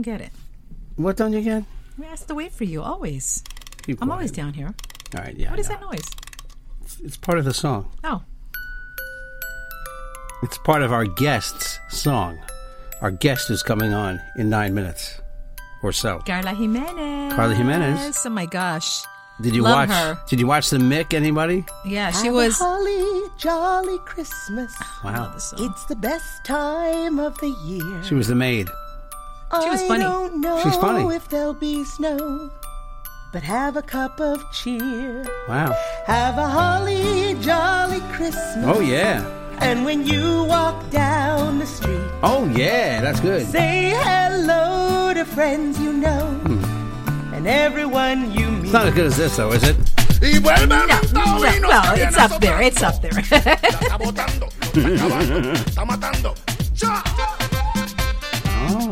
Get it. What don't you get? We asked to wait for you always. Keep I'm quiet. always down here. All right, yeah. What I is know. that noise? It's part of the song. Oh, It's part of our guest's song. Our guest is coming on in nine minutes or so. Carla Jimenez. Carla Jimenez. Oh my gosh. Did you Love watch? her. Did you watch the Mick? Anybody? Yeah, she Have a was. holly jolly Christmas. Wow, It's the best time of the year. she was the maid. she was I funny. don't know She's funny. if there'll be snow, but have a cup of cheer. Wow. Have a holly jolly Christmas. Oh yeah. And when you walk down the street, Oh yeah. That's good. say hello to friends you know Hmm. and everyone you meet. It's not as good as this though, is it? No, well, it's up there. It's up there. Oh.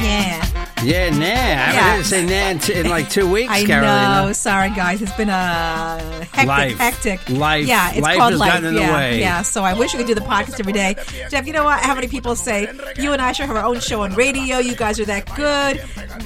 yeah. Yeah, nah. I Yeah. haven't heard say nah in, t- in like two weeks, I Carolina. know. Sorry, guys. It's been a hectic, Life. hectic Life. Yeah, it's Life called has life. gotten in the yeah, way. yeah. So I wish we could do the podcast every day. Jeff, you know what? How many people say you and I should have our own show on radio? You guys are that good.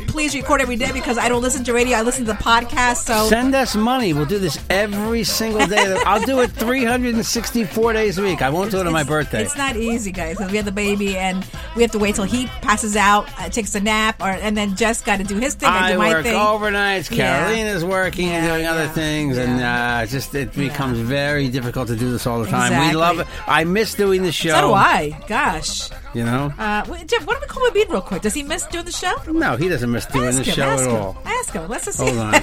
Please record every day because I don't listen to radio. I listen to the podcast. So Send us money. We'll do this every single day. I'll do it 364 days a week. I won't do it on my It's- birthday. It's not easy, guys. 'cause We have the baby, and we have to wait till he passes out, uh, takes a nap, or and then Jeff's got to do his thing. I, I do my work thing. overnights. Yeah. Carolina's working and Yeah, doing other yeah, things, and uh, it's just it becomes very difficult to do this all the time. Exactly. We love it. I miss doing the show. so do I. Gosh, You know? uh, wait, Jeff, why don't we call Abid real quick? Does he miss doing the show? No, he doesn't miss doing ask the him. show ask at him. all. Ask him. Let's just see. Hold on.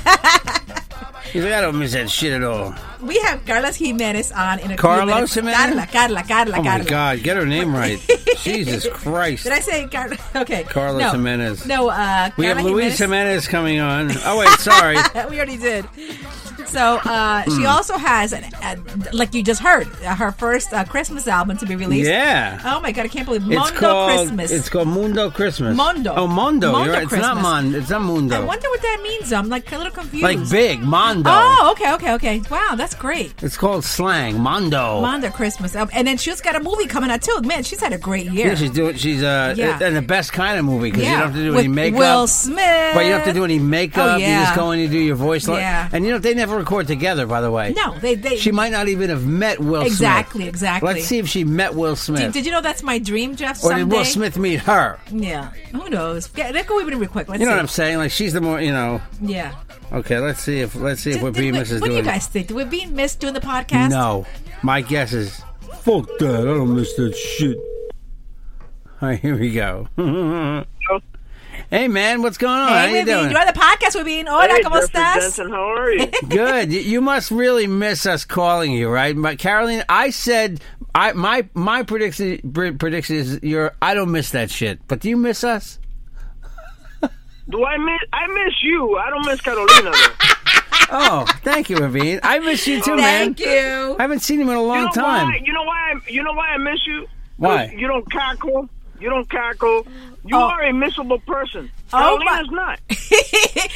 He's like, I don't miss that shit at all. We have Carlos Jimenez on in a Carlos few minutes. Carla, Jimenez? Carla, Carla, Oh my Carla. God, get her name right. Jesus Christ. Did I say Carla? Okay. Carlos no. Jimenez. No, uh, we have Carla Luis Jimenez coming on. Oh, wait, sorry. we already did. So uh, Hmm. she also has, an, uh like you just heard, uh, her first uh, Christmas album to be released. Yeah. Oh my god, I can't believe It's Mondo called Christmas. It's called Mundo Christmas. Mondo. Oh, Mondo. Mondo You're right. It's not Christmas. Mon. It's not Mundo. I wonder what that means. I'm like a little confused. like big Mondo. Oh, okay, okay, okay. Wow, that's great. It's called slang Mondo. Mondo Christmas, album. and then she's got a movie coming out too. Man, she's had a great year. Yeah, she's doing. She's uh, Yeah. and the best kind of movie because Yeah. you don't have to do With any makeup. Will Smith. But you don't have to do any makeup. Oh, yeah. You just go in and do your voice. li- Yeah. And you know they never record together, by the way. No, they they She might not even have met Will Exactly, Smith. exactly. Let's see if she met Will Smith. Did, did you know that's my dream, Jeff? or someday? did Will Smith meet her? Yeah. Who knows? Yeah, let's go even real quick. Let's You know see. what I'm saying? Like she's the more, you know. Yeah. Okay, let's see if let's see if Did- we're did being we- What Mrs. do doing you it. guys think? Did we being missed doing the podcast? No. My guess is fuck that. I don't miss that shit. All right, here we go. hey man, what's going on? How Hey, you Webin, doing? you're on the podcast, Webin. Hola, ¿cómo estás? how are you? Good. You- You must really miss us calling you, right? But Caroline, I said I my my prediction pr- prediction is you're I don't miss that shit. But do you miss us? Do I miss? I miss you. I don't miss Carolina. Though. Oh, thank you, Avine. I miss you too, man. Thank you. I haven't seen him in a long You know time. why? You know why? I, you know why I miss you? Why? You don't cackle. You don't cackle. You Oh. are a missable person. Oh, my- Carolina's not.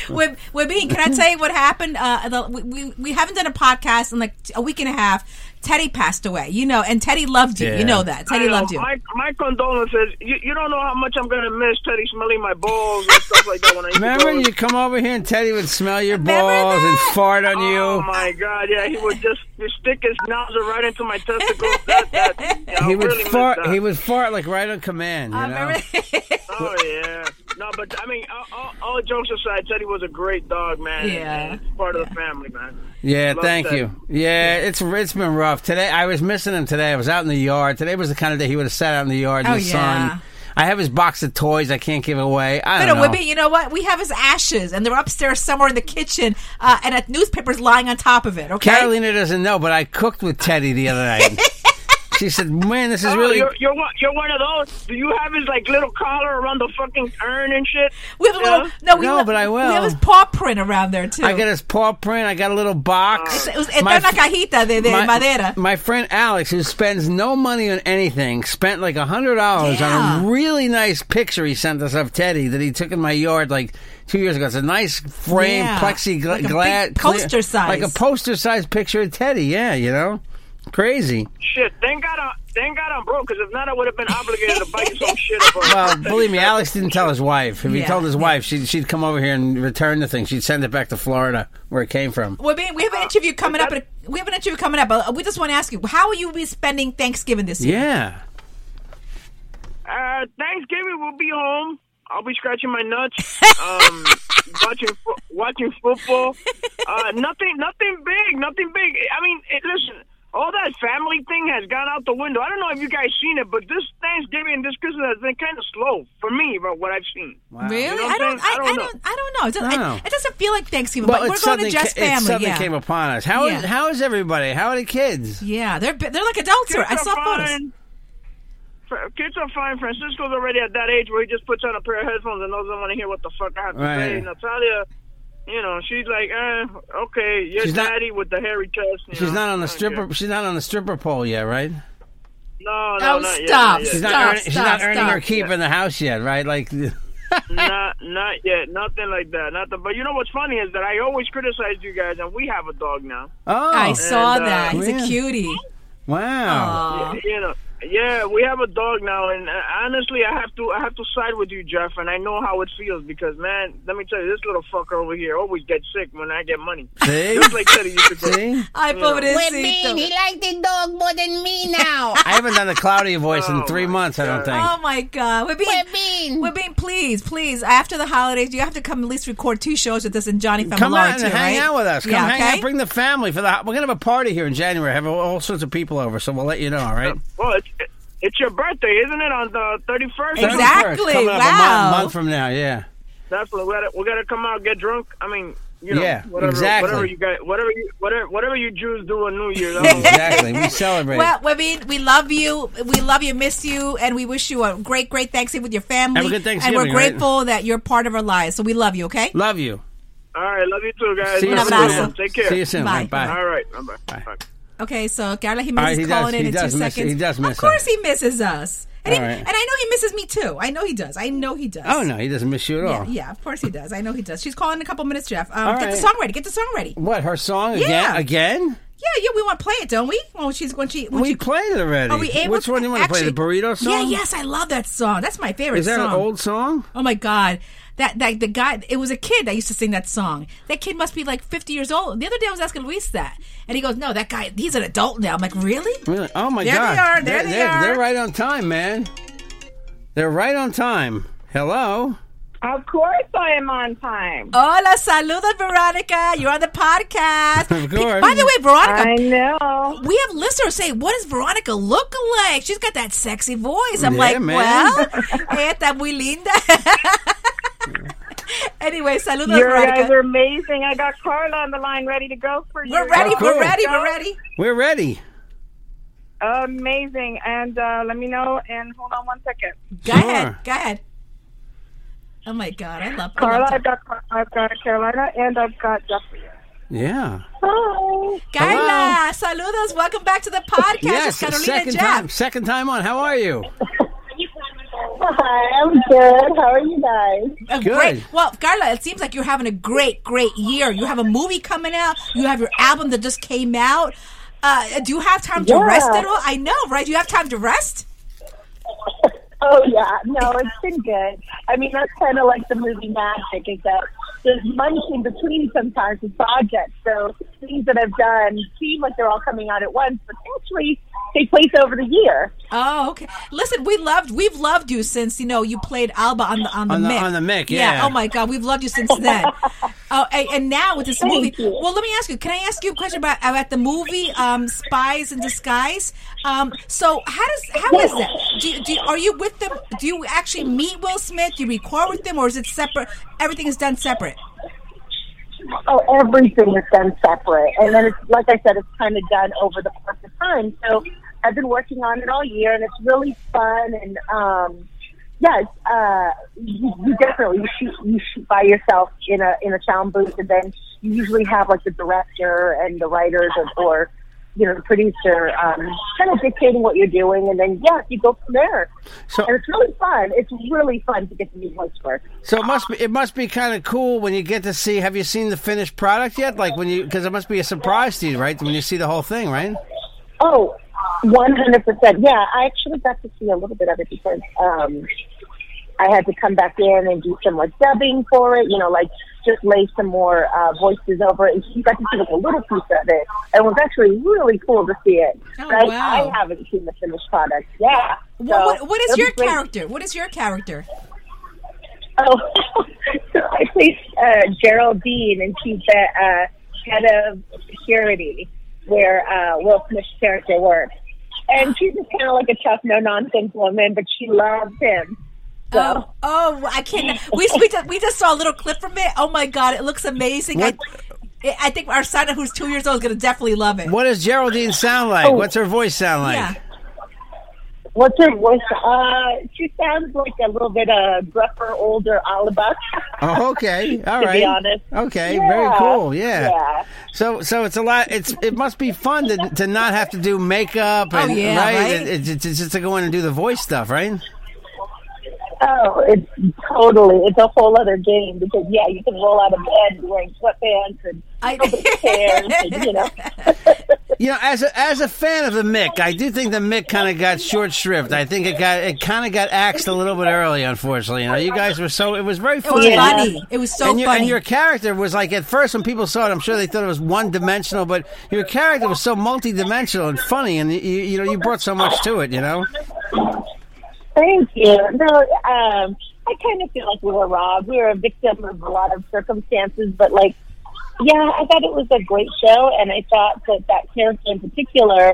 we're, we're being. Mm-hmm. Can I tell you what happened? Uh, the, we, we we haven't done a podcast in like a week and a half. Teddy passed away, you know, and Teddy loved you. Yeah. You know that Teddy I know. loved you. My, my condolences. You, you don't know how much I'm gonna miss Teddy smelling my balls and stuff like that when I used to Remember, go- you come over here and Teddy would smell your Remember balls and that? fart on you. Oh my God! Yeah, he would just stick his nozzle right into my testicles. That, that, yeah, I he would really miss fart. that. He would fart like right on command. You know? Remember- Oh yeah. No, but I mean, all, all, all jokes aside, Teddy was a great dog, man. Yeah. and part of the family, man. Yeah, Love thank that. you. Yeah, it's it's been rough today. I was missing him today. I was out in the yard. Today was the kind of day he would have sat out in the yard in Oh, the yeah. sun. I have his box of toys. I can't give away. But I don't know. Whippy, you know what? We have his ashes, and they're upstairs somewhere in the kitchen, uh, and a newspaper's lying on top of it. Okay, Carolina doesn't know, but I cooked with Teddy the other night. she said, "Man, this is Oh, really." you're, you're one, you're one of those. Do you have his like little collar around the fucking urn and shit? we have a little. Yeah. No, we No, have- but I We have will. his paw print around there too. I got his paw print. I got a little box. It was, it's My- una cajita de, de madera. my friend Alex, who spends no money on anything, spent like a hundred dollars on Yeah. a really nice picture he sent us of Teddy that he took in my yard like two years ago. It's a nice frame Yeah. Like plexiglass a gla- big clear- poster size. like a poster size picture of Teddy. Yeah, you know, crazy. Shit! Thank God, I, thank God I'm broke. Because if not, I would have been obligated to buy you some shit. up on- Well, believe me, Alex didn't tell his wife. If he Yeah. told his wife, she'd, she'd come over here and return the thing. She'd send it back to Florida where it came from. Well, man, we Uh, have an interview coming up. but- We have an interview coming up. but We just want to ask you, how will you be spending Thanksgiving this year? Yeah. Uh, Thanksgiving we'll be home. I'll be scratching my nuts, um, watching fo- watching football. Uh, nothing, nothing big, nothing big. I mean, it, listen, all that family thing has gone out the window. I don't know if you guys seen it, but this Thanksgiving, this Christmas has been kind of slow for me, about what I've seen. Really? You know what I I'm don't. I, I saying? I don't know. don't. I don't know. It doesn't, No. it, it doesn't feel like Thanksgiving. Well, but we're it's going to something, just ca- it's family. something yeah. came upon us. How is Yeah. how is everybody? How are the kids? yeah, they're they're like adults. here. I Kids saw are photos. fine. Fra- Kids are fine. Francisco's already at that age where he just puts on a pair of headphones and doesn't want to hear what the fuck I have to Right. say. Natalia, you know, she's like, eh, okay, you're She's not- daddy with the hairy chest. you She's know. not on the Okay. stripper. She's not on the stripper pole yet, right? No, no, Oh, not stop. yet, Not yet. She's not. Stop, earning, she's not stop, earning her stop. keep in the house yet, right? Like, oh, not, not yet. Nothing like that. Nothing. But you know what's funny is that I always criticize you guys, and we have a dog now. oh, I saw And, uh, that. He's a man. cutie. wow. you know yeah we have a dog now and uh, honestly i have to i have to side with you jeff and i know how it feels because man let me tell you this little fucker over here always gets sick when i get money See, just like Teddy used to do. see. I mean, he pobrecito. liked the dog more than me now. I haven't done a cloudy voice in Oh, three my months. I don't think. Oh my God, we're being. We're being- We're being please, please. After the holidays, you have to come at least record two shows with us and Johnny Familaro Come out and too, hang right? out with us. Come yeah, hang okay? out. Bring the family for the. We're gonna have a party here in January. Have all sorts of people over, so we'll let you know. All right. Uh, well it's, it's your birthday isn't it on the 31st Exactly. 31st, Coming up a Wow. month, month from now. Yeah. definitely we gotta, we gotta come out get drunk i mean you know, Yeah, whatever, exactly. Whatever you guys, whatever you, whatever, whatever you Jews do on New Year's, I don't know. Exactly. We celebrate. Well, I mean, we love you. We love you, miss you, and we wish you a great, great Thanksgiving with your family. Have a good And Thanksgiving, we're right? grateful that you're part of our lives. So we love you, okay? Love you. All right, love you too, guys. See you Have a soon. good abrazo. one. Take care. See you soon. Bye. Bye. All right, bye-bye. Bye. Bye. Okay, so Carla All right, Jimenez Ah, he is does- calling in he in does two miss- seconds. he does miss Of course, us. he misses us, and, he, All right. and I know he misses me too. I know he does. I know he does. Oh no, he doesn't miss you at all. Yeah, yeah, of course he does. I know he does. She's calling in a couple minutes, Jeff. Um, All get the right. song ready. Get the song ready. What her song again? Yeah. Again? Yeah, yeah. We want to play it, don't we? When she's when she when we she, played it already. Are we able? Which one do you want to play? The actually- burrito song? Yeah, yes, I love that song. That's my favorite. Is that song. an old song? Oh my God. That, that the guy it was a kid that used to sing that song. That kid must be like fifty years old. The other day I was asking Luis that. And he goes, No, that guy he's an adult now. I'm like, Really? Really? Oh my There they god! are, there They're- they they're- are. They're right on time, man. They're right on time. Hello. Of course I am on time. Hola, saluda Veronica. You're on the podcast. Of course. By the way, Veronica I know. we have listeners say, What does Veronica look like? She's got that sexy voice. I'm Yeah, like, man. Well, esta muy linda. anyway, saluda You Veronica. guys are amazing. I got Carla on the line ready to go for you. we're ready, Oh, we're cool. ready, we're ready. We're ready. Amazing. And uh, let me know. And hold on one second. Go Sure. ahead. Go ahead. Oh my God, I love I love Carla, that. I've got, Car- I've got Carolina and I've got Jeffrey. Yeah. Hi. Carla, saludos. Welcome back to the podcast. yes. It's Carolina Second Jeff. time. Second time on. How are you? Hi, I'm good. How are you guys? A Good. Great. Well, Carla, it seems like you're having a great, great year. You have a movie coming out. You have your album that just came out. Uh, do you have time to Yeah. rest at all? I know, right? Do you have time to rest? Oh yeah, no, it's been good. I mean, that's kind of like the movie magic, is that there's months in between sometimes with projects. So things that I've done seem like they're all coming out at once, but actually they place over the year. Oh, okay. Listen, we loved we've loved you since you know you played Alba on the on the On the- Mick. on the Mick, yeah. Oh my God, we've loved you since then. oh, and, and now with this Thank movie. you. Well, let me ask you. Can I ask you a question about about the movie um, Spies in Disguise? Um, so how does how is that? Do, you- do you- are you with them? Do you actually meet Will Smith? Do you record with them, or is it separate? Everything is done separate. Oh, everything is done separate. And then it's like I said, it's kind of done over the course of time. So I've been working on it all year, and it's really fun. And um, yeah, it's, uh, you, you definitely you shoot, you shoot by yourself in a in a sound booth, and then you usually have like the director and the writers or, or you know the producer um, kind of dictating what you're doing, and then yeah, you go from there. So- and it's really fun. It's really fun to get to meet Huntsworth. So it must be it must be kind of cool when you get to see. Have you seen the finished product yet? Like when you because it must be a surprise to you, right? When you see the whole thing, right? Oh, 100%. Yeah, I actually got to see a little bit of it because um, I had to come back in and do some like dubbing for it, you know, like just lay some more uh, voices over it. And she got to see like a little piece of it. And it was actually really cool to see it. Oh, But I- wow. I haven't seen the finished product. Yeah. What, what, what is it'll be your great. character? What is your character? Oh, so I placed uh, Geraldine, and she's the uh, head of security where uh, Will Smith's character works. And she's just kind of like a tough, no nonsense woman, but she loves him. So, Oh, oh, I can't. We we just, we just saw a little clip from it. Oh my god, it looks amazing. I, I think our son, who's two years old, is going to definitely love it. What does Geraldine sound like? What's her voice sound like? Oh. Yeah. what's her voice? Uh, she sounds like a little bit uh, gruffer, older Oliver. Oh, okay. All be right. honest. Okay. Very cool. Yeah. Yeah. So, so it's a lot. It's it must be fun to, to not have to do makeup. Oh, And, yeah, right? It- it's- it's just to go in and do the voice stuff, right? Oh, it's totally. It's a whole other game because, yeah, you can roll out of bed wearing sweatpants and I- open pants and, you know. You know, as a, as a fan of the Mick, I do think the Mick kind of got short shrift. I think it got it kind of got axed a little bit early, unfortunately. You know, you guys were so it was very It was funny. funny. It was so and, your, funny. and your character was like at first when people saw it, I'm sure they thought it was one dimensional, but your character was so multi-dimensional and funny, and you, you know you brought so much to it. You know, Thank you. No, um, I kind of feel like we were robbed. We were a victim of a lot of circumstances, but like, yeah, I thought it was a great show, and I thought that that character in particular,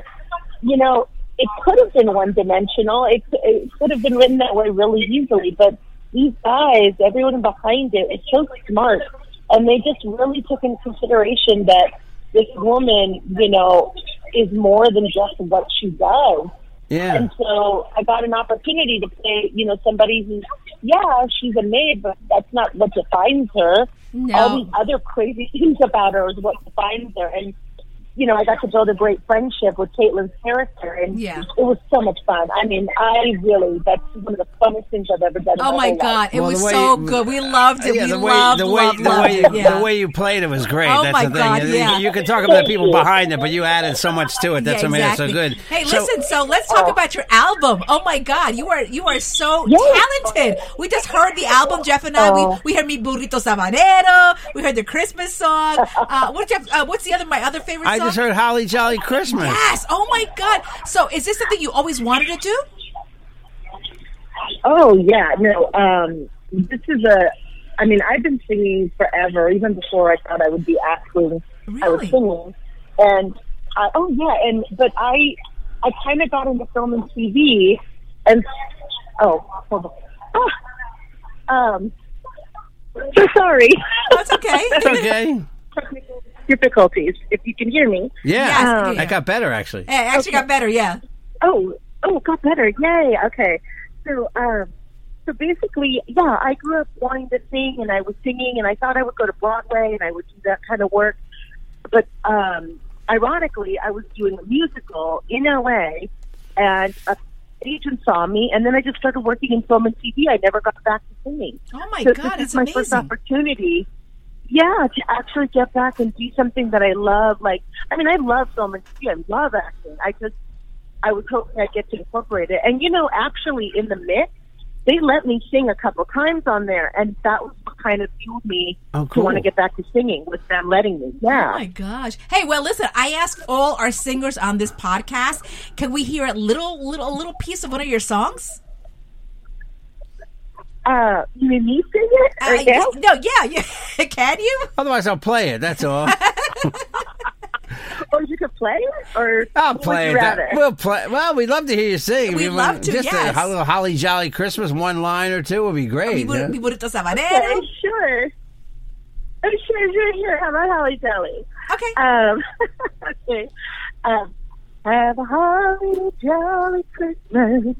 you know, it could have been one dimensional. It, it could have been written that way really easily, but these guys, everyone behind it, is so smart, and they just really took into consideration that this woman, you know, is more than just what she does. yeah. And so I got an opportunity to play, you know, somebody who's, yeah, she's a maid, but that's not what defines her. No. All these other crazy things about her is what defines her. And, you know, I got to build a great friendship with Caitlin's character. And Yeah. it was so much fun. I mean, I really, that's one of the funnest things I've ever done. in Oh my my whole life. god, it Well, the was way so you- good. We loved it. Uh, yeah, we the way loved, the way loved, the loved way it. you, Yeah. the way you played it was great. Oh, That's my the thing. God, You- yeah. you, can talk about the people Thank you. behind it, but you added so much to it. That's yeah, what made exactly. it so good. Hey, So- listen. So let's talk about your album. Oh my God, you are you are so Yes. talented. We just heard the album, Jeff and I. Oh. We, we heard mi burrito sabanero. We heard the Christmas song. Uh, what Jeff, uh, what's the other my other favorite I song? just heard Holly Jolly Christmas. Yes. Oh my God. So is this something you always wanted to do? Oh yeah, no. Um, this is a. I mean, I've been singing forever, even before I thought I would be acting. I was Really? singing, and I, oh yeah, and but I, I kind of got into film and TV, and oh, hold on. Ah, um, so sorry. That's okay. It's okay. Technical difficulties. If you can hear me. Yeah. Yes, That got better, actually. It actually got better, yeah. Oh, oh, it got better. Yay. Okay. So, um, so basically, yeah, I grew up wanting to sing and I was singing and I thought I would go to Broadway and I would do that kind of work. But, um, ironically, I was doing a musical in LA and a, stage and saw me, and then I just started working in film and TV. I never got back to singing. Oh my so God, This it's is my first amazing. opportunity. Yeah, to actually get back and do something that I love. Like, I mean, I love film and TV. I love acting. I just, I was hoping I'd get to incorporate it. And you know, actually, in the mix, they let me sing a couple times on there, and that was what kind of fueled me Oh, to cool. want to get back to singing with them letting me. Yeah. Oh my gosh. Hey, well, listen. I asked all our singers on this podcast, can we hear a little, little, a little piece of one of your songs? Uh, you mean me sing it right now? No, Uh, yeah, yeah. Can you? Otherwise, I'll play it. That's all. Or you could play it? Or I'll would play you it. rather? We'll play. Well, we'd love to hear you sing. We'd If you- love to, Just yes. a little holly jolly Christmas, one line or two would be Mi great. bur- yeah? mi burrito Okay, sabanero. sure. Oh, sure, sure, sure. How about Holly Jolly? Okay. Um, okay. Um, have a holly jolly Christmas.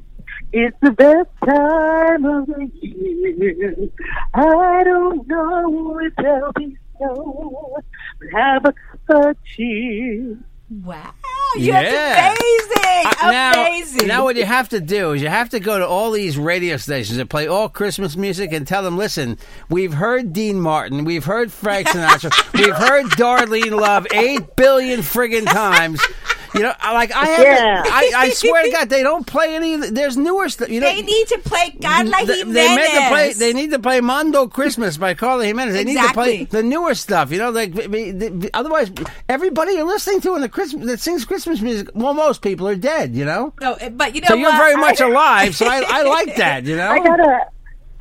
It's the best time of the year. I don't know if there'll be snow, but have a cup of cheer. Wow. You yeah. Yeah. That's Uh, now- amazing. Amazing. Now, what you have to do is you have to go to all these radio stations that play all Christmas music and tell them, listen, we've heard Dean Martin, we've heard Frank Sinatra, we've heard Darlene Love eight billion friggin' times. You know, I- like I, haven't- Yeah. I, I swear to God, they don't play any. of the- There's newer stuff. You know, they need to play Carla Th- Jimenez. They meant to play. They need to play Mondo Christmas by Carla Jimenez. They need Exactly. to play the newer stuff. You know, like b- b- b- otherwise, everybody you're listening to in the Christmas that sings Christmas music, well, most people are dead. You know, No, eh, but you know so you're what? very much alive. So I, I like that. You know, I gotta,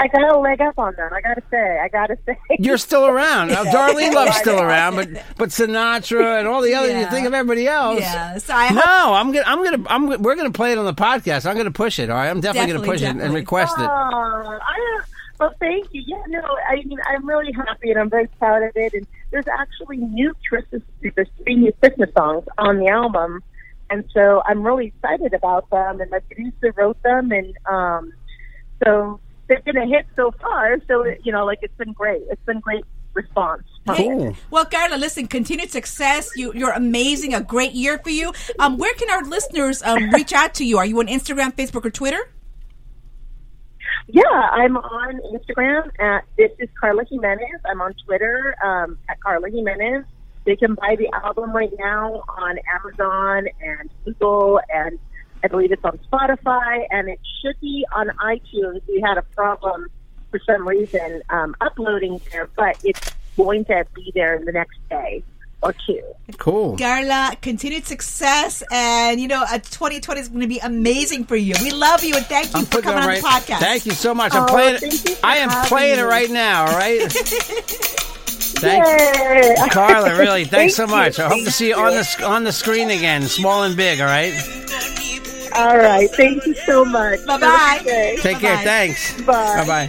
I gotta leg up on them. I gotta say, I gotta say. you're still around. Now, Darlene Love's still around, but but Sinatra and all the other. You Yeah. think of everybody else. Yeah. So I No, hope I'm gonna, I'm gonna, I'm, gonna- we're gonna play it on the podcast. I'm gonna push it. All right, I'm definitely, Definitely, gonna push it and definitely. request it. Oh, I, well, thank you. Yeah, no, I mean, I'm really happy and I'm very proud of it. And there's actually new Christmas, there's three new Christmas songs on the album. And so I'm really excited about them. And my producer wrote them. And um, so they're going to hit so far. So, you know, like it's been great. It's been great response. from it. Cool. Well, Carla, listen, continued success. You, you're amazing. A great year for you. Um, where can our listeners um, reach out to you? Are you on Instagram, Facebook, or Twitter? Yeah, I'm on Instagram at this is Carla Jimenez. I'm on Twitter um, at Carla Jimenez. They can buy the album right now on Amazon and Google, and I believe it's on Spotify, and it should be on iTunes. We had a problem for some reason um, uploading there, but it's going to be there the next day or two. Cool. Carla, continued success. And, you know, uh, 2020 is going to be amazing for you. We love you and thank you I'm for putting coming it on right. the podcast. Thank you so much. I'm Oh, playing thank you it. for I am having playing it me. right now. All right. Thanks, Yay! Carla. Really, thanks Thank so much. you. I hope to see you on the sc- on the screen again, small and big. All right. All right, thank you so much. Have a good Bye-bye. day. Take care. Bye-bye. Thanks. Bye. Bye bye.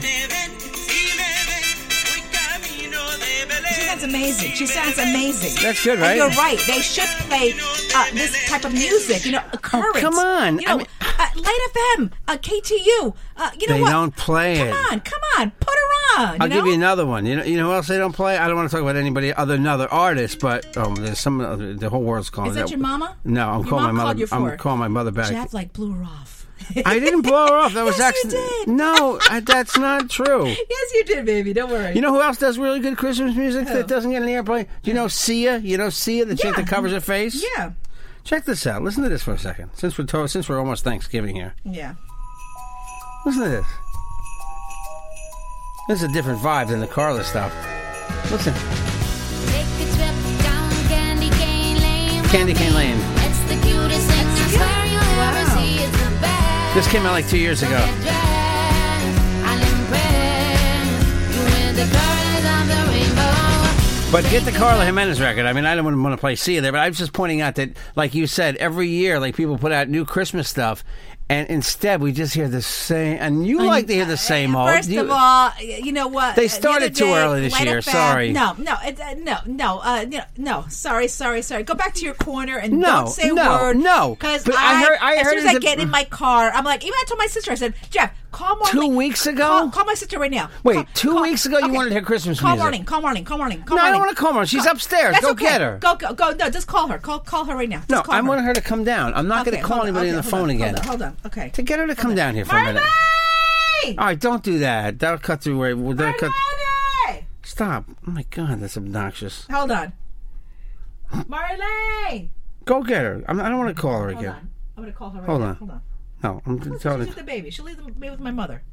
She sounds amazing. She sounds amazing. That's good, And right? you're right. They should play uh, this type of music. You know, current. Oh, come on. You I know, mean- uh, Light FM, uh, KTU. Uh, you know They what? don't play come it. on, come on, put her on. I'll you know? give you another one. You know, you know who else they don't play? I don't want to talk about anybody other another artist, but um, there's some other, the whole world's calling. Is that your mama? No, I'm Your calling mom my called mother. you for I'm it. calling my mother back. Jeff like blew her off. I didn't blow her off. That was Yes, you actually did. no. I, that's not true. yes, you did, baby. Don't worry. You know who else does really good Christmas music that doesn't get any airplay? Do you know Sia? You know Sia, the chick Yeah. that covers her face? yeah, Check this out. Listen to this for a second. Since we're to- since we're almost Thanksgiving here, yeah. listen to this. This is a different vibe than the Carla stuff. Listen, Take a trip down Candy Cane Lane. Candy Cane Lane. It's the cutest accessory you ever see. It's the best. This came out like two years ago. dress. I'll impress you with the colors of the rainbow. But get the Carla Jimenez record. I mean, I don't want to play Sia there, but I was just pointing out that, like you said, every year, like people put out new Christmas stuff, and instead we just hear the same. And you like to hear the same old. First You- of all, you know what? Uh, The They other started too day, early this Light year, FM sorry. No, no, it- uh, no, no, uh, no, no. Sorry, sorry, sorry. Go back to your corner and No, don't say no, a word. no. because But I, I heard- I as heard soon as I it's a- get in my car, I'm like, even I told my sister, I said, Jeff, call Marlene. Two weeks ago? Call, call my sister right now. Wait, Call- two call- weeks ago you okay. wanted her Christmas Call music. Marlene. Call Marlene. Call Marlene. Call No, I don't Marlene. wanna call Marlene. She's upstairs. That's Go okay. get her. Go, go, go. No, just call her. Call, call her right now. Just No, call I her. want her to come down. I'm not going Okay, to call hold on, anybody okay, on the hold phone on, again. Hold on, hold on. on. Okay. To get her to come down here for a minute. All right, don't do that. That'll cut through. Where, that'll cut. Stop. Oh my God, that's obnoxious. Hold on. Marlene! Go get her. I'm, I don't want to call her Hold again. on. I'm going to call her right Hold now. on. Hold on. No, I'm just She's telling with her. the baby. She'll leave the baby with my mother.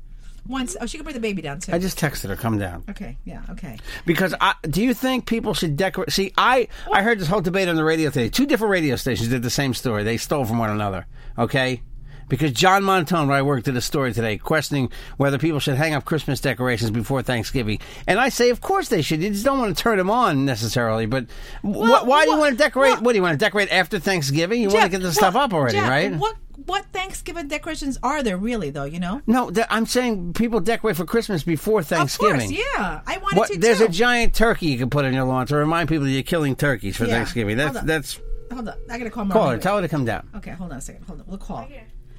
Once. Oh, she can bring the baby down too. I just texted her. Come down. Okay. Yeah. Okay. Because I, do you think people should decorate? See, I I heard this whole debate on the radio today. Two different radio stations did the same story. They stole from one another. Okay. Because John Montone, where I work, did a story today questioning whether people should hang up Christmas decorations before Thanksgiving, and I say, of course they should. You just don't want to turn them on necessarily. But wh- why do you want to decorate? what do you want to decorate after Thanksgiving? You want to Jeff, get this what- stuff up already, Jeff, right? What What Thanksgiving decorations are there really though? You know. No, th- I'm saying people decorate for Christmas before Of course. Thanksgiving. Yeah. I wanted What, to. there's too. a giant turkey you can put on your lawn to remind people that you're killing turkeys for Yeah. Thanksgiving. Hold That's on. that's Hold on. I gotta call my call her. Tell her to come down. Okay. Hold on a second. Hold on. We'll call.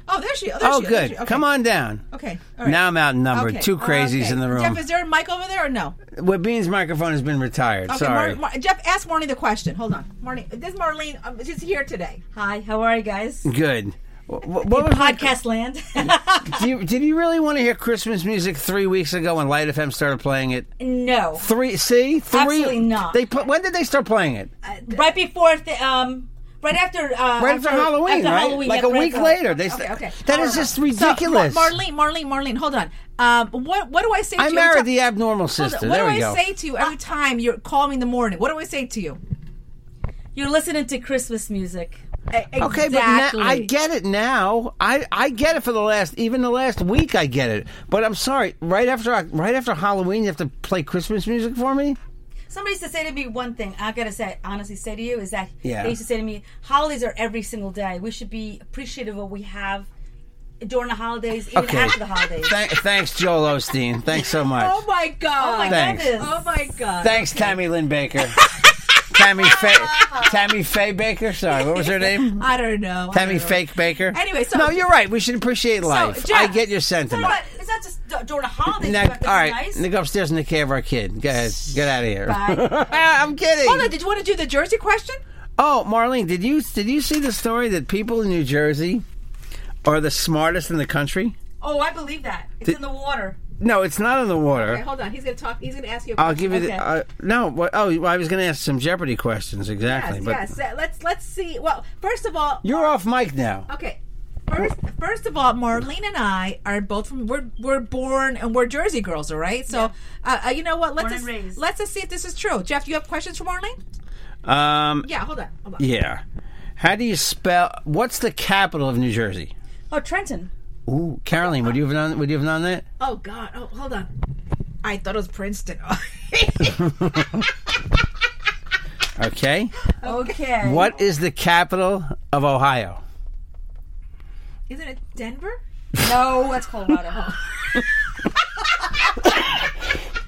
Oh, there she. Oh, there Oh, she, is. There good. she- okay. Come on down. Okay. All right. Now I'm outnumbered. Okay. Two crazies Okay. in the room. Jeff, is there a mic over there or no? well, Bean's microphone has been retired. Okay, Sorry. Mar- Mar- Jeff, ask Marlene the question. Hold on, Marlene. This is Marlene. Um, she's here today. Hi, how are you guys? good. Wh- wh- What was Podcast land. Do you, did you really want to hear Christmas music three weeks ago when Light FM started playing it? no, Three. See, three. Absolutely not. They put, when did they start playing it? right before the um, right after uh, right after, Halloween, after right? Halloween, like yeah, a right week after- later. They okay, okay. That is just ridiculous. So, Mar- Marlene, Marlene, Marlene. Hold on. Um, what what do I say? I to married you the every abnormal ti- Hold sister. on. What there do we I go. say to you every time you're calling me in the morning? What do I say to you? You're listening to Christmas music. Okay, but now, I get it now. I, I get it for the last even the last week. I get it, but I'm sorry. Right after I- right after Halloween, you have to play Christmas music for me. Somebody used to say to me one thing. I gotta say, honestly, say to you is that Yeah. they used to say to me, holidays are every single day. We should be appreciative of what we have during the holidays, even Okay. after the holidays. Thank thanks, Joel Osteen. Thanks so much. my god! Oh my Thanks. goodness! Oh my god! thanks, Tammy Lynn Baker. Tammy Faye. Tammy Faye Baker. Sorry, what was her name? I don't know. I Tammy don't know. Fake Baker. Anyway, so- no, you're right. We should appreciate life. I Jeff, get your sentiment. But it's not just d- during the holidays. Now, you have to be all right, nice. now go upstairs and take care of our kid. Go ahead, get out of here. Bye. I'm kidding. Hold on. Did you want to do the Jersey question? Oh, Marlene, did you did you see the story that people in New Jersey are the smartest in the country? Oh, I believe that. It's Did- in the water. No, it's not in the water. Okay, hold on. He's gonna talk. He's gonna ask you. A I'll give you Okay. the uh, no. What, oh, well, I was going to ask some Jeopardy questions exactly, yes, but yes. Uh, Let's let's see. Well, first of all, you're off mic now. Okay. First, first of all, Marlene and I are both from we're we're born and we're Jersey girls, all right. So, uh, uh, you know what? Let's Born just, and raised. let's just see if this is true. Jeff, you have questions for Marlene? Um, Yeah, hold on. Hold on. yeah. How do you spell? What's the capital of New Jersey? Oh, Trenton. Ooh, Caroline, would you have known? Would you have known that? Oh God! Oh, hold on. I thought it was Princeton. Okay. Okay. What is the capital of Ohio? Isn't it Denver? No, that's Colorado.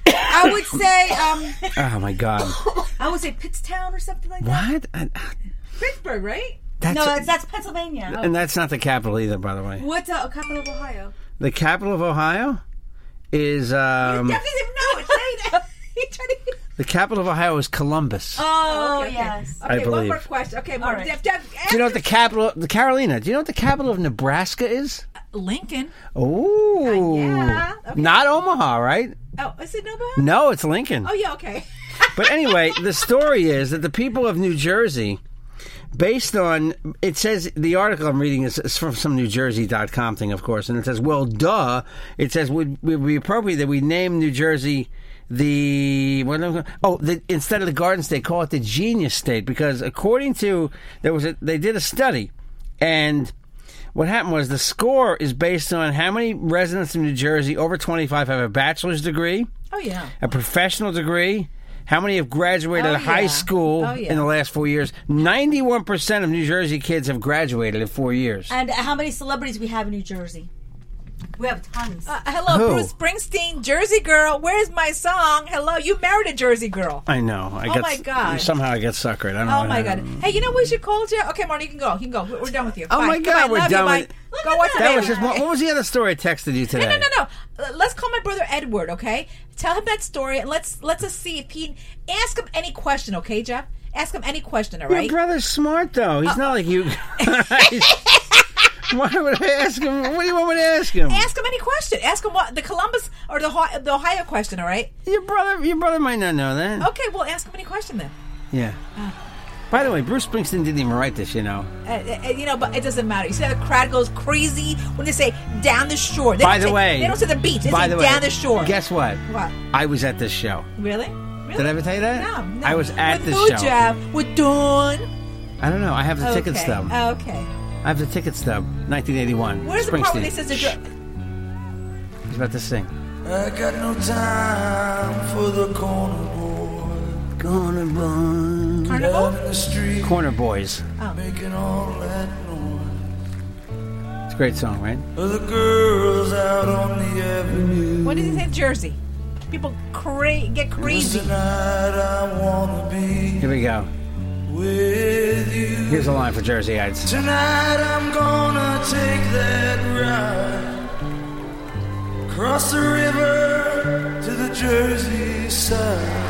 I would say um, Oh my God! I would say Pittstown or something like that. What? And, Pittsburgh, right? That's- no, that's, that's Pennsylvania. and that's not the capital either, by the way. What's uh, the capital of Ohio? The capital of Ohio is um, Jeff doesn't even know it. Say that. He tried to- the capital of Ohio is Columbus. Oh, okay, okay. yes. I Okay, one more believe. question. Okay, All Mar- right. Jeff, Jeff, Do you know what the capital, the Carolina? Do you know what the capital of Nebraska is? Lincoln. Ooh, yeah, okay. not Omaha, right? Oh, is it Nova? No, it's Lincoln. Oh yeah, okay. But anyway, the story is that the people of New Jersey, based on it says the article I'm reading is, is from some NewJersey.com thing, of course, and it says, well, duh, it says would would it be appropriate that we name New Jersey the what am I gonna- oh the, instead of the Garden State, call it the Genius State because according to there was a they did a study and. What happened was the score is based on how many residents of New Jersey over 25 have a bachelor's degree, Oh yeah. a professional degree. How many have graduated Oh, high yeah. school Oh, yeah. in the last four years? 91% of New Jersey kids have graduated in four years. And how many celebrities we have in New Jersey? We have tons. Uh, hello, Who? Bruce Springsteen, Jersey girl. Where's my song? Hello, you married a Jersey girl. I know. I Oh, got, my God. Somehow I got suckered. I don't Oh know. my god. Hey, you know what we should call you? Okay, Marnie, you can go. You can go. We're we're done with you. Oh Bye. my Goodbye. God, we're Love you. done Bye. with Go watch the That was baby. just one, what was the other story I texted you today? No, no, no, no. Uh, Let's call my brother Edward, okay? Tell him that story and let's let's just see if he ask him any question, okay, Jeff? Ask him any question, all Your right? Oh. brother's smart though. He's not like you. guys. Why would I ask him? What do you want me to ask him? Ask him any question. Ask him what the Columbus or the Ho- the Ohio question. All right. Your brother, your brother might not know that. Okay, well, ask him any question then. Yeah. Oh. By the way, Bruce Springsteen didn't even write this, you know. Uh, uh, you know, but it doesn't matter. You see how the crowd goes crazy when they say "down the shore." They by don't the say- way, they don't say the beach. They by say the way, "down the shore." Guess what? What? I was at this show. Really? Did I ever tell you that? No, no. I was at With this who, show. Jeff? With Dawn. I don't know. I have the okay. ticket stub. Okay. I have the ticket stub. 1981. Where's the Springsteen. part where they says the dr- He's about to sing. I got no time for the corner boy. Corner boy. Carnival? Down in the street. Corner Boys. Oh. Making all that noise. It's a great song, right? The girls out on the avenue. What did he say? Jersey. People cra- get crazy. I wanna be Here we go. with you. Here's a line for Jerseyites. Tonight I'm gonna take that ride. Cross the river to the Jersey side.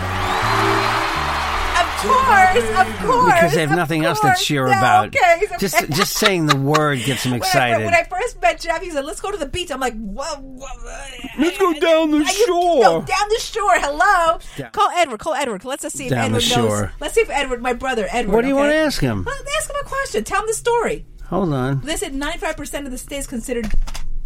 Of course, of course. Because they have of nothing else to course. cheer Yeah, about. Okay. he's a- Just just saying the word gets them When I, fir- excited. when I first met Jeff, he said, "Let's go to the beach." I'm like, "Whoa, whoa Let's go down the go shore. down the shore." Hello, Down- call Edward. Call Edward. Let's just see if Down the Edward knows. shore. Let's see if Edward, my brother, Edward. What do you okay? want to ask him? Well, ask him a question. Tell him the story. Hold on. They said 95 percent of the states considered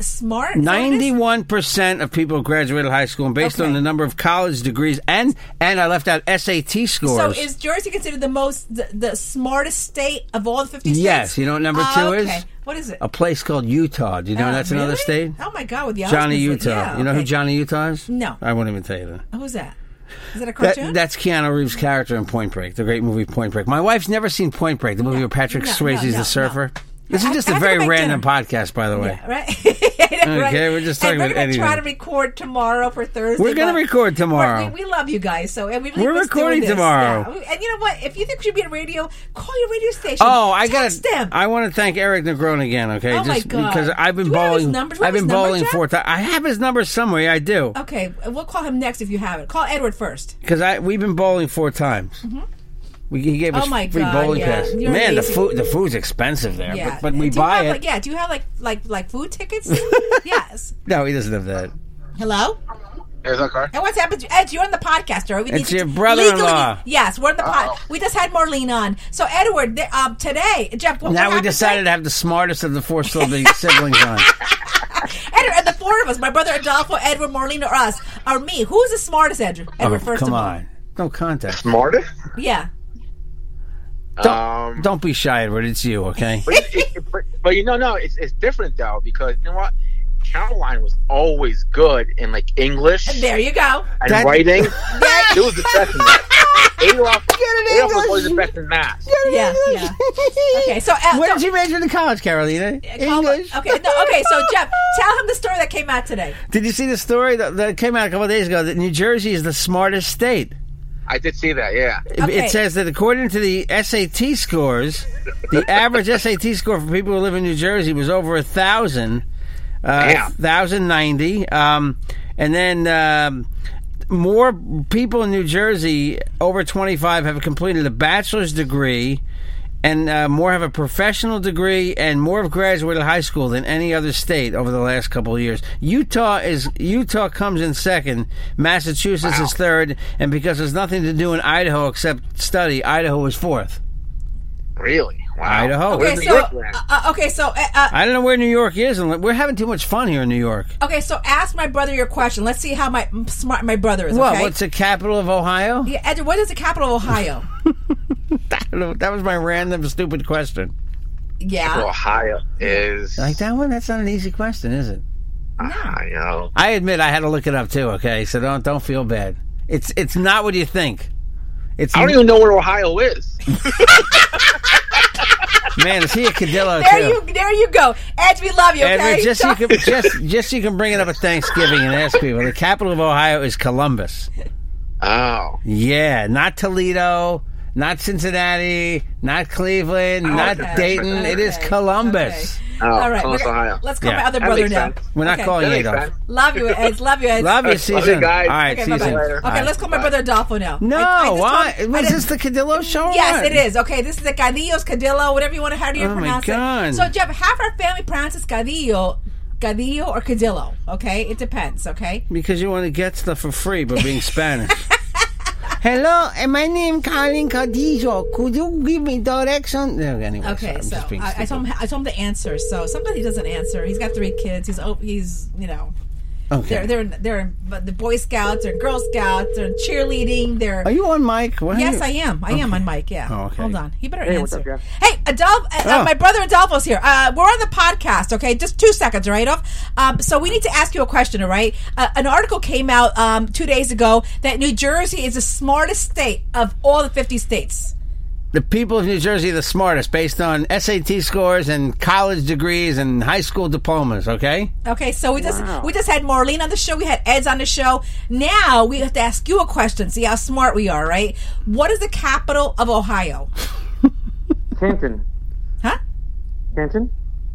smart. Is that what it is? Ninety-one percent of people graduated high school, and based on the number of college degrees, and and I left out SAT So scores. is Jersey considered the most the, the smartest state of all the 50 states? yes, you know what number two Ah, okay. is? What is it? A place called Utah. Do you know Oh, that's another really? state? Oh my God, with the Johnny husbands, Utah. like, yeah, you know who okay. Johnny Utah is? No. I won't even tell you that. Who's that? Is that a That- cartoon? that's Keanu Reeves' character in Point Break, the great movie Point Break. My wife's never seen Point Break, the movie with Patrick no, Swayze's no, no. the surfer. This is just a I have to very make random podcast, by the way. right? okay, we're just talking and we're gonna about try anything. to record tomorrow for Thursday. We're gonna but record tomorrow. We, we love you guys, so and we really We're miss doing recording this. tomorrow. Yeah. We- And you know what? If you think we should be in radio, call your radio station. Oh, I got Text to. them. I want to thank Eric Negron again. Okay, Oh, just my God. because I've been Do we have his bowling. number? Do we have I've been his number, bowling Jeff? four times. I have his number somewhere. I do Okay, we'll call him next if you have it. Call Edward first. because I we've been bowling four times. We, he gave Mm-hmm. Oh us my free God, bowling yeah. pass. You're Man, the amazing. food the food's expensive there, Yeah, but, but we do buy you have, it. Like, yeah, do you have like like like food tickets? yes. No, he doesn't have that. Hello. There's that car. And what's happened, to- Ed? You're on the podcast, or we need It's to- your brother-in-law. legally- Yes, we're on the pod. We just had Marlene on. So Edward, th- um, today, Jeff. What, what Now we happened decided to have the smartest of the four siblings siblings on. Edward, and the four of us, my brother Adolfo, Edward, Marlene, or us, or me. Who's the smartest, Edward? Oh, Edward, first come of all. on. No contest. Smartest? Yeah. Don't, don't be shy, Edward. It's you, okay? But, it, it- but, but you know, no, it's, it's different though because you know what? Caroline was always good in like English. There you go. And That- writing. she was the best in that. Adolf, Adolf was always the best in math. Yeah, yeah. Okay, so uh, Where did you major in college, Carolina? English. Okay, no, okay. So Jeff, tell him the story that came out today. Did you see the story that, that came out a couple of days ago that New Jersey is the smartest state? I did see that, yeah. It- It says that according to the SAT scores, the average SAT score for people who live in New Jersey was over a thousand, uh, Damn. thousand ninety, um, and then um, more people in New Jersey over twenty five have completed a bachelor's degree. And uh, more have a professional degree, and more have graduated high school than any other state over the last couple of years. Utah is Utah comes in second, Massachusetts is third, and because there's nothing to do in Idaho except study, Idaho is fourth. Really? Wow. Idaho. Okay, so uh, uh, okay, so uh, uh, I don't know where New York is, and we're having too much fun here in New York. okay, so ask my brother your question. Let's see how my m- smart my brother is. What? okay? What's the capital of Ohio? Yeah, Edward, what is the capital of Ohio? I don't know. That was my random, stupid question. yeah. Ohio is Like that one? That's not an easy question, is it? Ohio. I admit I had to look it up too. Okay, so don't don't feel bad. It's it's not what you think. It's I don't even know where Ohio is. man. Is he a Cadillo There too? you, there you go, Edge. We love you. Okay, Edward, just So- you can just just you can bring it up at Thanksgiving and ask people. The capital of Ohio is Columbus. Oh. Yeah, not Toledo, not Cincinnati, not Cleveland, not Oh, Okay. Dayton. It is Okay. Columbus. All right, we're- let's call my other brother now. We're not Okay. calling Adolf. Love you, Ed. Love you, Ed. Love you, Susan. Love you guys. All right, okay, bye-bye. Susan. Okay, All right. let's call my brother Adolfo now. No, just why? told- Was I this the Cadillo show? Yes, What? it is. Okay, this is the Cadillos, Cadillo, whatever you want to, how do you Oh, my pronounce God. it? So, Jeff, half our family pronounces Cadillo, Cadillo or Cadillo, okay? It depends, okay? Because you want to get stuff for free, but being Spanish. Hello, and my name Colin Cadillo. Could you give me direction? No, anyway, Okay, I'm so just being I, I stupid. told him I told him the answer. So sometimes he doesn't answer. He's got three kids. He's oh, he's you know, Okay. they're they're they're but the Boy Scouts, they're Girl Scouts, they're cheerleading. They're Are you on mic? What are yes, you- I am. I am Oh. Okay. on mic. Yeah. Oh, okay. Hold on. He better Hey, what's answer. up, Jeff? hey, Adolf, uh, uh, Oh. my brother Adolfo's here. Uh, we're on the podcast. Okay, just two seconds, all right? Off. Um, so we need to ask you a question. All right. Uh, an article came out um, two days ago that New Jersey is the smartest state of all the fifty states. The people of New Jersey are the smartest based on SAT scores and college degrees and high school diplomas, okay? Okay, so we just Wow. we just had Marlene on the show. We had Ed's on the show. Now we have to ask you a question. See how smart we are, right? What is the capital of Ohio? Canton. Huh? Canton?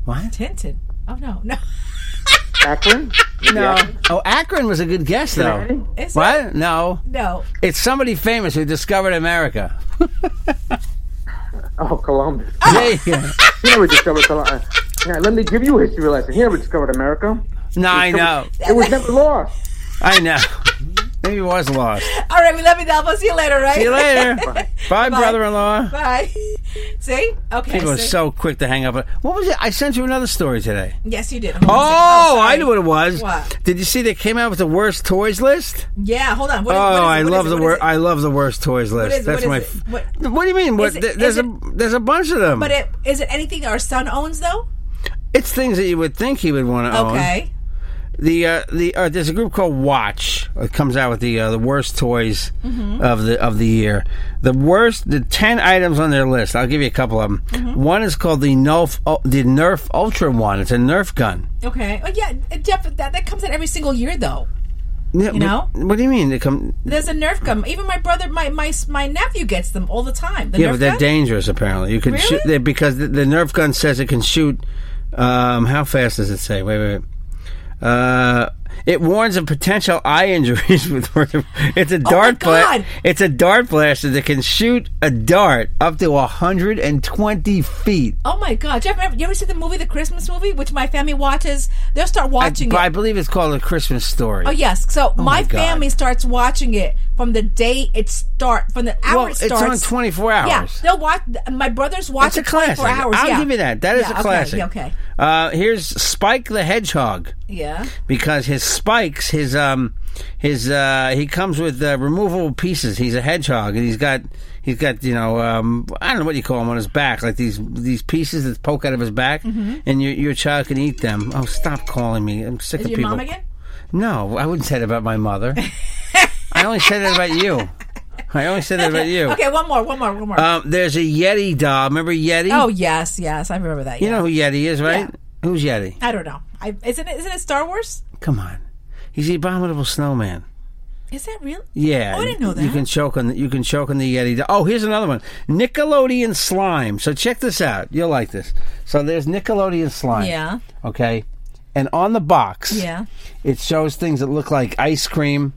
What? Tinton. Oh no, no. Akron? No. Oh, Akron was a good guess, though. Is it? What? No. No. It's somebody famous who discovered America. Oh, Columbus. There you go. He never discovered Columbus. Now, let me give you a history lesson. He never discovered America. No, I know. It was never lost. I know. Maybe it was lost. All right, we love you, Delvo. See you later, right? See you later. Bye, brother in law. Bye. See? Okay. People are see? so quick to hang up. What was it? I sent you another story today. Yes, you did. Oh, Hold on a second. I sorry. knew what it was. What? Did you see they came out with the worst toys list? Yeah, hold on. What is, oh, what is it? I What is love it? the What wor- is it? I love the worst toys list. is it? That's What my. is f- it? What- what do you mean? What, Is it- th- there's is a there's a bunch of them. But it, is it anything our son owns though? it's things that you would think he would want to own. Okay. The uh, the uh, there's a group called Watch. It comes out with the uh, the worst toys Mm-hmm. of the of the year. The worst, the ten items on their list. I'll give you a couple of them. Mm-hmm. One is called the Nerf the Nerf Ultra one. It's a Nerf gun. Okay. Oh yeah, Jeff. That, that comes out every single year though. Yeah, You know? what, what do you mean? They come. There's a Nerf gun. Even my brother, my my my nephew gets them all the time. The yeah, Nerf but they're gun? dangerous. Apparently, you can Really? shoot they, because the, the Nerf gun says it can shoot. Um, how fast does it say? Wait, wait, wait. Uh, it warns of potential eye injuries. With it's a dart blast. Oh God. It's a dart blaster that can shoot a dart up to hundred and twenty feet. Oh my god, Jeff! You ever see the movie, the Christmas movie, which my family watches? They'll start I, watching I it. believe it's called a Christmas story. Oh yes. So Oh my, my God. family starts watching it from the day it starts, from the hour Well, it it's starts. on 24 hours. Yeah, they'll watch. My brothers watch It's a it 24 classic. hours. I'll yeah. give you that. That is Yeah, a classic. Okay. yeah, okay. Uh, here's Spike the Hedgehog. Yeah. because his spikes, his um, his uh, he comes with uh, removable pieces. He's a hedgehog, and he's got he's got you know um, I don't know what you call them on his back, like these these pieces that poke out of his back, Mhm. and your your child can eat them. Oh, stop calling me! I'm sick Is of your people. mom again? No, I wouldn't say that about my mother. I only said that about you. I only said that about you. Okay, one more, one more, one more. Um, there's a Yeti doll. Remember Yeti? oh yes, yes, I remember that. you know who Yeti is, right? Yeah. Who's Yeti? I don't know. I, isn't it? Isn't it Star Wars? Come on, he's the abominable snowman. Is that real? Yeah, Oh, I didn't know You that. can choke on the, you can choke on the Yeti. Oh, here's another one: Nickelodeon slime. So check this out. You'll like this. So there's Nickelodeon slime. Yeah. Okay, and on the box, Yeah. it shows things that look like ice cream,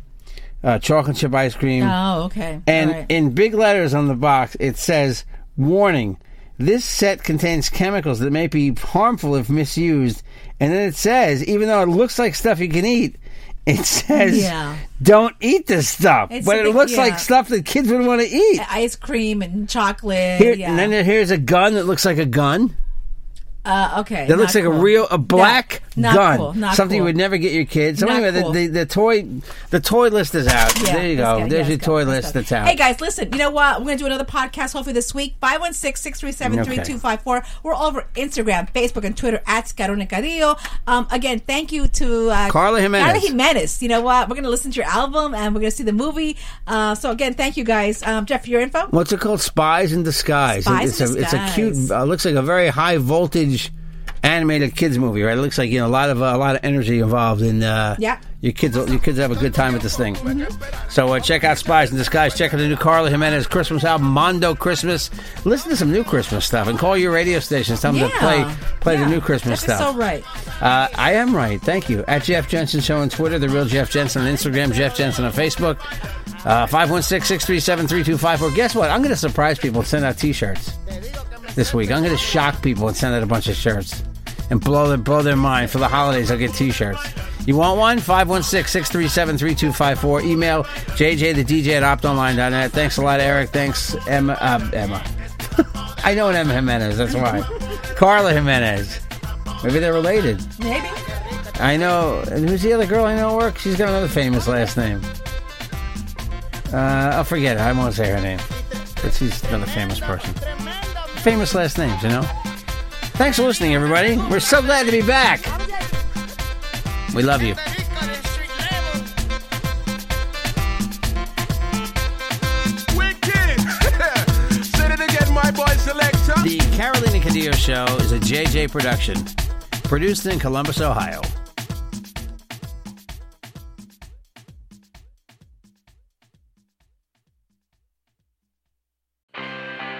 uh, chocolate chip ice cream. Oh, okay. Hmm. And All right. in big letters on the box, it says, Warning, this set contains chemicals that may be harmful if misused. And then it says, even though it looks like stuff you can eat, it says, Yeah. Don't eat this stuff. It's but a it big- looks yeah. like stuff that kids would want to eat. ice cream and chocolate. Here, yeah. And then there- here's a gun that looks like a gun. uh, okay. That looks not like a cool. real a black not gun, cool, not something you cool. would never get your kids. So Not anyway, cool. the, the, the toy, the toy list is out. Yeah, there you let's go. go. There's Yeah, your let's go. toy list that's out. Hey guys, listen, you know what? We're going to do another podcast hopefully this week. 516 637 3254. We're all over Instagram, Facebook, and Twitter at Scarone Carrillo. Um, again, thank you to uh, Carla Jimenez. Carla Jimenez. You know what? We're going to listen to your album and we're going to see the movie. Uh, so, again, thank you guys. Um, Jeff, your info? What's it called? Spies in disguise. Spies it's in a it's a Disguise. cute. Uh, looks like a very high voltage animated kids movie, right? It looks like you know a lot of uh, a lot of energy involved in. Uh, Yeah. Your kids, your kids have a good time with this thing. So uh, check out Spies in Disguise. Check out the new Carla Jimenez Christmas album, Mondo Christmas. Listen to some new Christmas stuff and call your radio stations. Tell them to Yeah. play play the new Christmas That's stuff. so right. Uh, I am right. Thank you. At Jeff Jensen Show on Twitter, The Real Jeff Jensen on Instagram, Jeff Jensen on Facebook, Uh, 516 637 3254. Guess what? I'm going to surprise people and send out t shirts this week. I'm going to shock people and send out a bunch of shirts and blow their, blow their mind. For the holidays, I'll get t shirts. You want one? 516 637 3254. Email JJ the DJ at optonline.net. Thanks a lot, Eric. Thanks, Emma. Uh, Emma. I know an Emma Jimenez, that's why. Carla Jimenez. Maybe they're related. Maybe. I know. and Who's the other girl I know at work? She's got another famous last name. Uh, I'll forget it. I won't say her name. But she's another famous person. Famous last names, you know? Thanks for listening, everybody. We're so glad to be back. We love you. Wicked! Say it again, my boy selector. The Carolina Cadillo Show is a JJ production, produced in Columbus, Ohio.